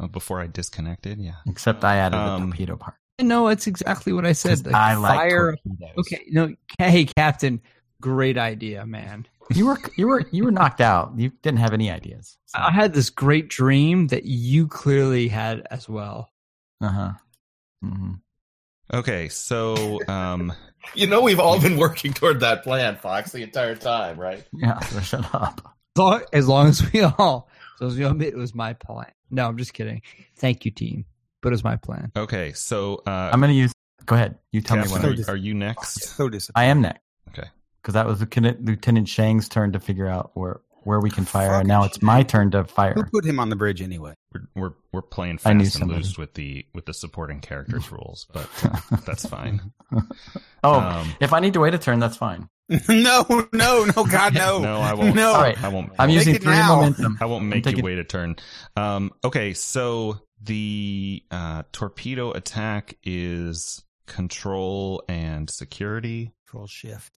[SPEAKER 2] Uh, Before I disconnected, yeah.
[SPEAKER 3] Except I added
[SPEAKER 2] Um,
[SPEAKER 3] the torpedo part.
[SPEAKER 6] No, it's exactly what I said.
[SPEAKER 3] 'Cause I like
[SPEAKER 6] fire.
[SPEAKER 3] torpedoes.
[SPEAKER 6] Okay, no, hey, Captain, great idea, man.
[SPEAKER 3] you were you were you were knocked out. You didn't have any ideas.
[SPEAKER 6] I had this great dream that you clearly had as well.
[SPEAKER 3] Uh huh. hmm
[SPEAKER 2] Okay, so um,
[SPEAKER 5] You know, we've all been working toward that plan, Fox, the entire time, right?
[SPEAKER 3] Yeah. So shut up.
[SPEAKER 6] As long as, long as we all, as long as we all admit it was my plan. No, I'm just kidding. Thank you, team, but it was my plan.
[SPEAKER 2] okay, so uh,
[SPEAKER 3] I'm gonna use. Go ahead. You tell me
[SPEAKER 2] Captain,
[SPEAKER 3] when.
[SPEAKER 2] are,
[SPEAKER 3] I'm-
[SPEAKER 2] you- are you next?
[SPEAKER 7] So disappointed.
[SPEAKER 3] I am next.
[SPEAKER 2] Okay.
[SPEAKER 3] Because that was Lieutenant, Lieutenant Shang's turn to figure out where where we can fire,
[SPEAKER 7] Fucking
[SPEAKER 3] and now it's my turn to
[SPEAKER 7] Who
[SPEAKER 3] fire.
[SPEAKER 7] put him on the bridge anyway?
[SPEAKER 2] We're we're, we're playing
[SPEAKER 3] I knew
[SPEAKER 2] fast and
[SPEAKER 3] somebody.
[SPEAKER 2] loose with the with the supporting characters rules, but that's fine.
[SPEAKER 3] oh,
[SPEAKER 2] um,
[SPEAKER 3] if I need to wait a turn, that's fine.
[SPEAKER 7] no, no, no, God, no.
[SPEAKER 2] no, I won't.
[SPEAKER 7] No.
[SPEAKER 3] All right.
[SPEAKER 2] I won't.
[SPEAKER 3] I'm
[SPEAKER 7] Take
[SPEAKER 3] using
[SPEAKER 7] it
[SPEAKER 3] three
[SPEAKER 7] now.
[SPEAKER 3] momentum.
[SPEAKER 2] I won't make you
[SPEAKER 3] taking-
[SPEAKER 2] wait a turn. Um, okay, so the uh, torpedo attack is control and security.
[SPEAKER 7] Control shift.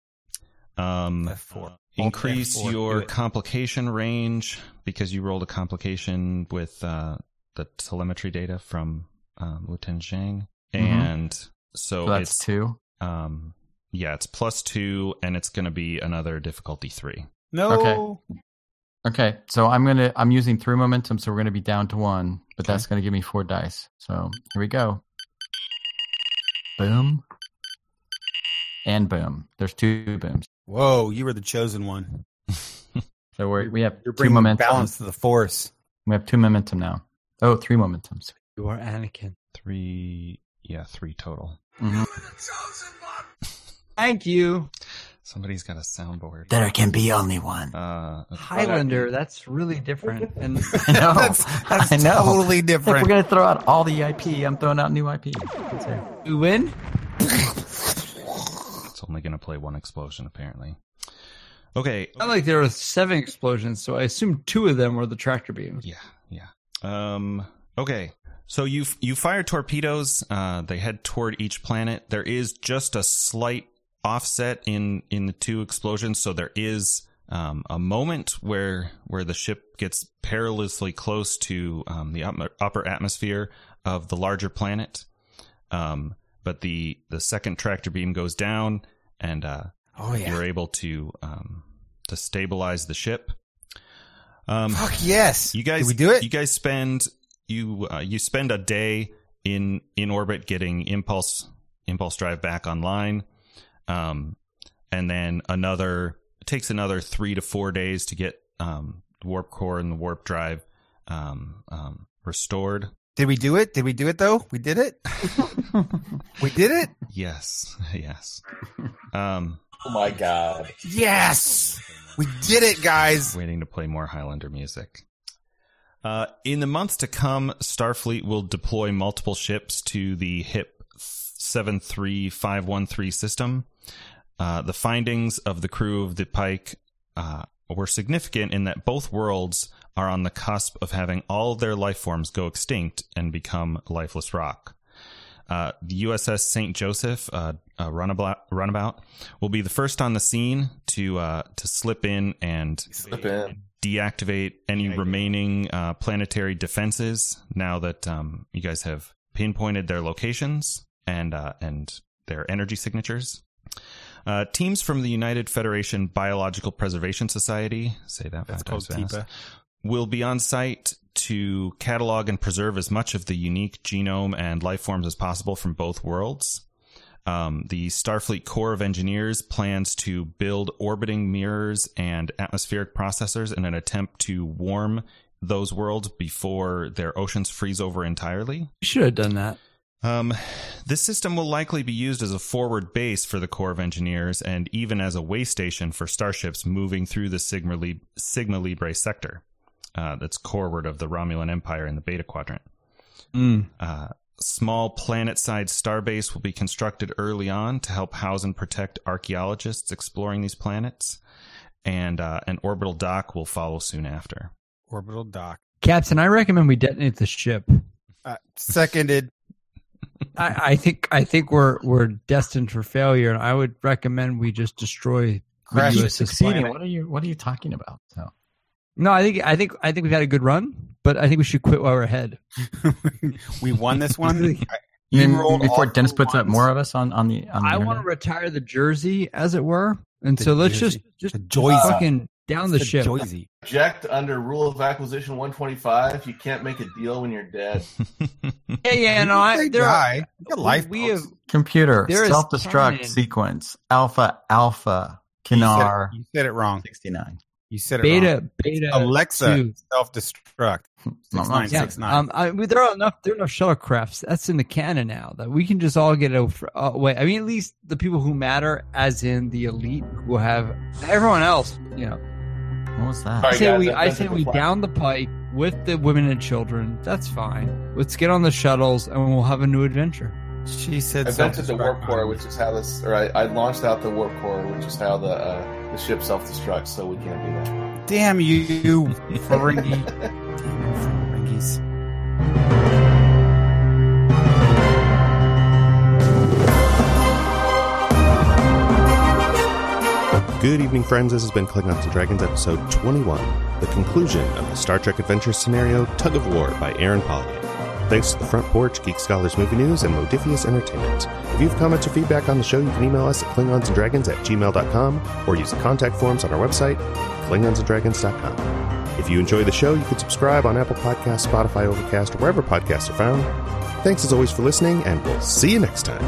[SPEAKER 2] Um,
[SPEAKER 7] F4.
[SPEAKER 2] increase
[SPEAKER 7] Alt F4, do
[SPEAKER 2] your
[SPEAKER 7] it.
[SPEAKER 2] complication range because you rolled a complication with uh, the telemetry data from um, Lieutenant Zhang,
[SPEAKER 3] Mhm.
[SPEAKER 2] and so,
[SPEAKER 3] So that's
[SPEAKER 2] it's
[SPEAKER 3] two.
[SPEAKER 2] um, yeah, it's plus two, and it's going to be another difficulty three.
[SPEAKER 7] No.
[SPEAKER 3] Okay. Okay, so I'm gonna I'm using three momentum, so we're gonna be down to one, but that's gonna give me four dice. So here we go. Boom. And boom. There's two booms.
[SPEAKER 7] Whoa, you were the chosen one.
[SPEAKER 3] So we're, we have
[SPEAKER 7] You're
[SPEAKER 3] two
[SPEAKER 7] bringing
[SPEAKER 3] momentum.
[SPEAKER 7] balance to the force.
[SPEAKER 3] We have two momentum now. Oh, three momentums.
[SPEAKER 6] You are Anakin.
[SPEAKER 2] Three, yeah, three total.
[SPEAKER 3] Mhm.
[SPEAKER 6] Thank you,
[SPEAKER 2] Somebody's got a soundboard.
[SPEAKER 3] There can be only one.
[SPEAKER 2] Uh,
[SPEAKER 6] Highlander. That's really different. And
[SPEAKER 3] I know.
[SPEAKER 7] that's that's
[SPEAKER 3] I know.
[SPEAKER 7] totally
[SPEAKER 3] Look, we're
[SPEAKER 7] different.
[SPEAKER 3] gonna throw out all the IP. I'm throwing out new IP. That's it.
[SPEAKER 6] we win.
[SPEAKER 2] it's only going to play one explosion, apparently. Okay.
[SPEAKER 6] Not like there were seven explosions, so I assume two of them were the tractor beams.
[SPEAKER 2] Yeah, yeah. Um. Okay. So you f- you fire torpedoes. Uh, they head toward each planet. There is just a slight offset in in the two explosions, so there is um, a moment where where the ship gets perilously close to um, the upper, upper atmosphere of the larger planet. Um, but the the second tractor beam goes down, and uh,
[SPEAKER 7] Oh yeah.
[SPEAKER 2] you're able to um, to stabilize the ship. Um,
[SPEAKER 7] Fuck yes.
[SPEAKER 2] you guys,
[SPEAKER 7] Did we do it?
[SPEAKER 2] You guys spend you uh, you spend a day in in orbit getting impulse impulse drive back online, um, and then another it takes another three to four days to get um, the warp core and the warp drive um, um, restored.
[SPEAKER 7] Did we do it? Did we do it though? We did it. we did it.
[SPEAKER 2] Yes, yes. Um,
[SPEAKER 5] Oh my god.
[SPEAKER 7] Yes. We did it, guys.
[SPEAKER 2] waiting to play more Highlander music. Uh, in the months to come, Starfleet will deploy multiple ships to the HIP 73513 system. Uh, the findings of the crew of the Pike uh, were significant in that both worlds are on the cusp of having all their life forms go extinct and become lifeless rock. Uh, the USS St. Joseph, uh, a runabout, runabout, will be the first on the scene to uh, to slip in and
[SPEAKER 5] Slip in.
[SPEAKER 2] deactivate any remaining uh, planetary defenses now that um, you guys have pinpointed their locations and uh, and their energy signatures. Uh, teams from the United Federation Biological Preservation Society say that five times fast will be on site to catalog and preserve as much of the unique genome and life forms as possible from both worlds. Um, the Starfleet Corps of Engineers plans to build orbiting mirrors and atmospheric processors in an attempt to warm those worlds before their oceans freeze over entirely.
[SPEAKER 8] You should have done that.
[SPEAKER 2] Um, this system will likely be used as a forward base for the Corps of Engineers and even as a way station for starships moving through the Sigma, Lib- Sigma Libre sector. Uh, that's coreward of the Romulan Empire in the Beta Quadrant.
[SPEAKER 6] Mm.
[SPEAKER 2] Uh, small planet-sized starbase will be constructed early on to help house and protect archaeologists exploring these planets, and uh, an orbital dock will follow soon after.
[SPEAKER 7] Orbital dock.
[SPEAKER 6] Captain, I recommend we detonate the ship.
[SPEAKER 7] Uh, seconded.
[SPEAKER 6] I, I think I think we're we're destined for failure, and I would recommend we just destroy.
[SPEAKER 7] Crash
[SPEAKER 6] You
[SPEAKER 7] it.
[SPEAKER 6] is just
[SPEAKER 7] planet.
[SPEAKER 6] succeeding.
[SPEAKER 3] What are you What are you talking about? So
[SPEAKER 6] No, I think I think I think we've had a good run, but I think we should quit while we're ahead.
[SPEAKER 7] we won this one. I-
[SPEAKER 3] Then
[SPEAKER 7] rolled
[SPEAKER 3] before
[SPEAKER 7] all
[SPEAKER 3] Dennis
[SPEAKER 7] four
[SPEAKER 3] puts up
[SPEAKER 7] ones.
[SPEAKER 3] more of us on on the. On the
[SPEAKER 6] I want to
[SPEAKER 3] internet?
[SPEAKER 6] retire the jersey, as it were, and
[SPEAKER 7] The
[SPEAKER 6] so let's
[SPEAKER 7] jersey.
[SPEAKER 6] just
[SPEAKER 7] The
[SPEAKER 6] just
[SPEAKER 7] joysy.
[SPEAKER 6] fucking down the,
[SPEAKER 7] It's
[SPEAKER 6] ship.
[SPEAKER 7] Joyzy.
[SPEAKER 5] Object under Rule of Acquisition 125. You can't make a deal when you're dead.
[SPEAKER 6] Yeah, yeah, no, I,
[SPEAKER 7] They
[SPEAKER 6] there are,
[SPEAKER 7] die. You got life.
[SPEAKER 6] we have
[SPEAKER 7] folks.
[SPEAKER 3] computer
[SPEAKER 6] There is
[SPEAKER 3] self destruct
[SPEAKER 6] cannon.
[SPEAKER 3] sequence alpha alpha
[SPEAKER 7] You said it-
[SPEAKER 3] Kinar
[SPEAKER 7] You said it wrong.
[SPEAKER 3] sixty nine.
[SPEAKER 7] You said it wrong.
[SPEAKER 6] beta beta
[SPEAKER 7] Alexa,
[SPEAKER 6] two.
[SPEAKER 7] self destruct. Six nine
[SPEAKER 6] Yeah,
[SPEAKER 7] six nine.
[SPEAKER 6] um, I, well, there are enough. There are enough shuttlecrafts. That's in the canon now that we can just all get over- uh, away. I mean, at least the people who matter, as in the elite, will have everyone else. You know,
[SPEAKER 3] What was that?
[SPEAKER 5] All
[SPEAKER 6] I
[SPEAKER 5] right,
[SPEAKER 6] say
[SPEAKER 5] guys,
[SPEAKER 6] we.
[SPEAKER 5] that-
[SPEAKER 6] I
[SPEAKER 5] that's a
[SPEAKER 6] say
[SPEAKER 5] good
[SPEAKER 6] we
[SPEAKER 5] plan.
[SPEAKER 6] down the pike with the women and children. That's fine. Let's get on the shuttles and we'll have a new adventure.
[SPEAKER 7] she said
[SPEAKER 5] I vented the
[SPEAKER 7] self-destruct
[SPEAKER 5] warp core,
[SPEAKER 7] on-
[SPEAKER 5] which is how this, or I, I launched out the warp core, which is how the uh, the ship self destructs. So we can't do that.
[SPEAKER 7] Damn you, you Ferengi. Damn you, Ferengis.
[SPEAKER 4] Good evening, friends. This has been Klingons and Dragons, episode 21, the conclusion of the Star Trek adventure scenario Tug of War by Aaron Pollitt. Thanks to the Front Porch, Geek Scholars Movie News, and Modifius Entertainment. If you have comments or feedback on the show, you can email us at klingonsanddragons at gmail.com or use the contact forms on our website, klingonsanddragons.com. If you enjoy the show, you can subscribe on Apple Podcasts, Spotify, Overcast, or wherever podcasts are found. Thanks as always for listening, and we'll see you next time.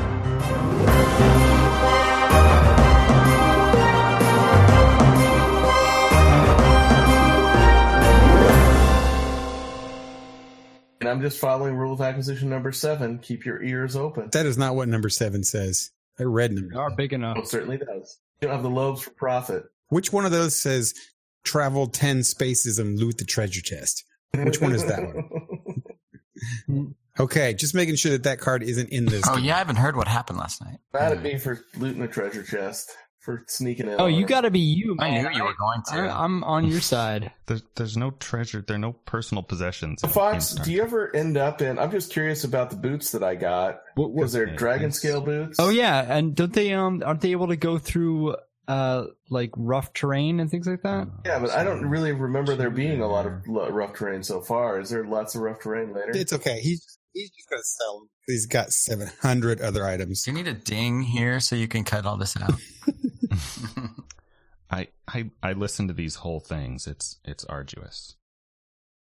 [SPEAKER 5] And I'm just following Rule of Acquisition number seven. Keep your ears open.
[SPEAKER 7] That is not what number seven says. I read number.
[SPEAKER 6] They are
[SPEAKER 7] seven.
[SPEAKER 6] big enough.
[SPEAKER 5] It certainly does. You don't have the lobes for profit.
[SPEAKER 7] Which one of those says travel ten spaces and loot the treasure chest? Which one is that
[SPEAKER 5] one?
[SPEAKER 7] Okay, just making sure that that card isn't in this.
[SPEAKER 3] Oh yeah, I haven't heard what happened last night.
[SPEAKER 5] Mad at me for looting a treasure chest, for sneaking in.
[SPEAKER 6] Oh,
[SPEAKER 5] on
[SPEAKER 6] you
[SPEAKER 5] it.
[SPEAKER 6] got to be you.
[SPEAKER 3] I
[SPEAKER 6] Man.
[SPEAKER 3] knew you were going to.
[SPEAKER 6] I, I'm on your side.
[SPEAKER 2] there's, there's no treasure. There are no personal possessions.
[SPEAKER 5] So
[SPEAKER 2] in-
[SPEAKER 5] Fox,
[SPEAKER 2] in Star
[SPEAKER 5] do you ever end up in? I'm just curious about the boots that I got.
[SPEAKER 6] What,
[SPEAKER 5] Was there
[SPEAKER 2] Yeah,
[SPEAKER 5] dragon
[SPEAKER 2] thanks.
[SPEAKER 5] scale boots?
[SPEAKER 6] Oh yeah, and don't they um aren't they able to go through uh like rough terrain and things like that?
[SPEAKER 2] Trek. Uh,
[SPEAKER 5] Yeah, but I don't really remember there being a lot of
[SPEAKER 2] Yeah.
[SPEAKER 5] lo- rough terrain so far. Is there lots of rough terrain later?
[SPEAKER 7] It's okay. He's he's just gonna sell. 'em. He's got seven hundred other items.
[SPEAKER 3] Do you need a ding here so you can cut all this out?
[SPEAKER 2] I, I I listen to these whole things. It's it's arduous.